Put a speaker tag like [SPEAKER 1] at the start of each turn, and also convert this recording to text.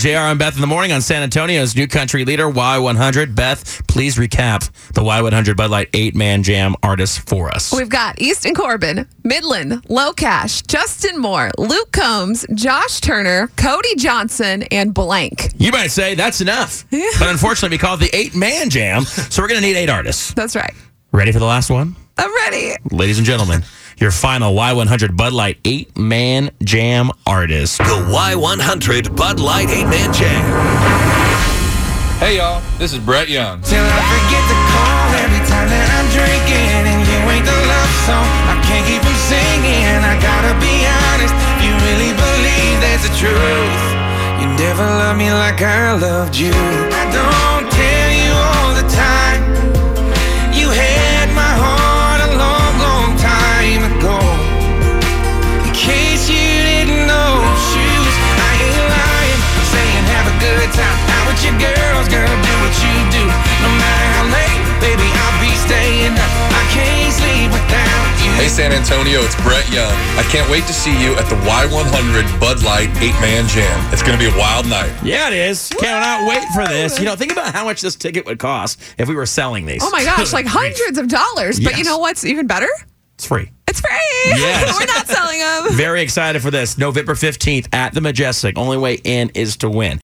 [SPEAKER 1] JR and Beth in the morning on San Antonio's new country leader, Y100. Beth, please recap the Y100 Bud Light eight man jam artists for us.
[SPEAKER 2] We've got Easton Corbin, Midland, Low Cash, Justin Moore, Luke Combs, Josh Turner, Cody Johnson, and Blank.
[SPEAKER 1] You might say that's enough, but unfortunately, we call it the eight man jam, so we're going to need eight artists.
[SPEAKER 2] That's right.
[SPEAKER 1] Ready for the last one?
[SPEAKER 2] I'm ready.
[SPEAKER 1] Ladies and gentlemen, your final Y100 Bud Light eight man jam artist.
[SPEAKER 3] The Y100 Bud Light 8 Man Jam.
[SPEAKER 4] Hey y'all, this is Brett Young.
[SPEAKER 5] Till I forget to call every time that I'm drinking And you ain't the love song I can't keep from singing I gotta be honest If you really believe there's a truth You never loved me like I loved you I don't tell you all the time You had my heart a long, long time ago In case you didn't know Shoes, I ain't lying Saying have a good time Out with your girls, girl, do what you do No matter how late, baby, I'll be staying up I can't sleep without you
[SPEAKER 4] Hey San Antonio, it's Brett Young. I can't wait to see you at the Y100 Bud Light 8 Man Jam. It's going to be a wild night.
[SPEAKER 1] Yeah, it is. Cannot wait for this. You know, think about how much this ticket would cost if we were selling these.
[SPEAKER 2] Oh my gosh, like hundreds of dollars. But you
[SPEAKER 1] Yes.
[SPEAKER 2] know what's even better?
[SPEAKER 1] It's free.
[SPEAKER 2] It's free.
[SPEAKER 1] Yes.
[SPEAKER 2] We're not selling them.
[SPEAKER 1] Very excited for this. November 15th at the Majestic. Only way in is to win.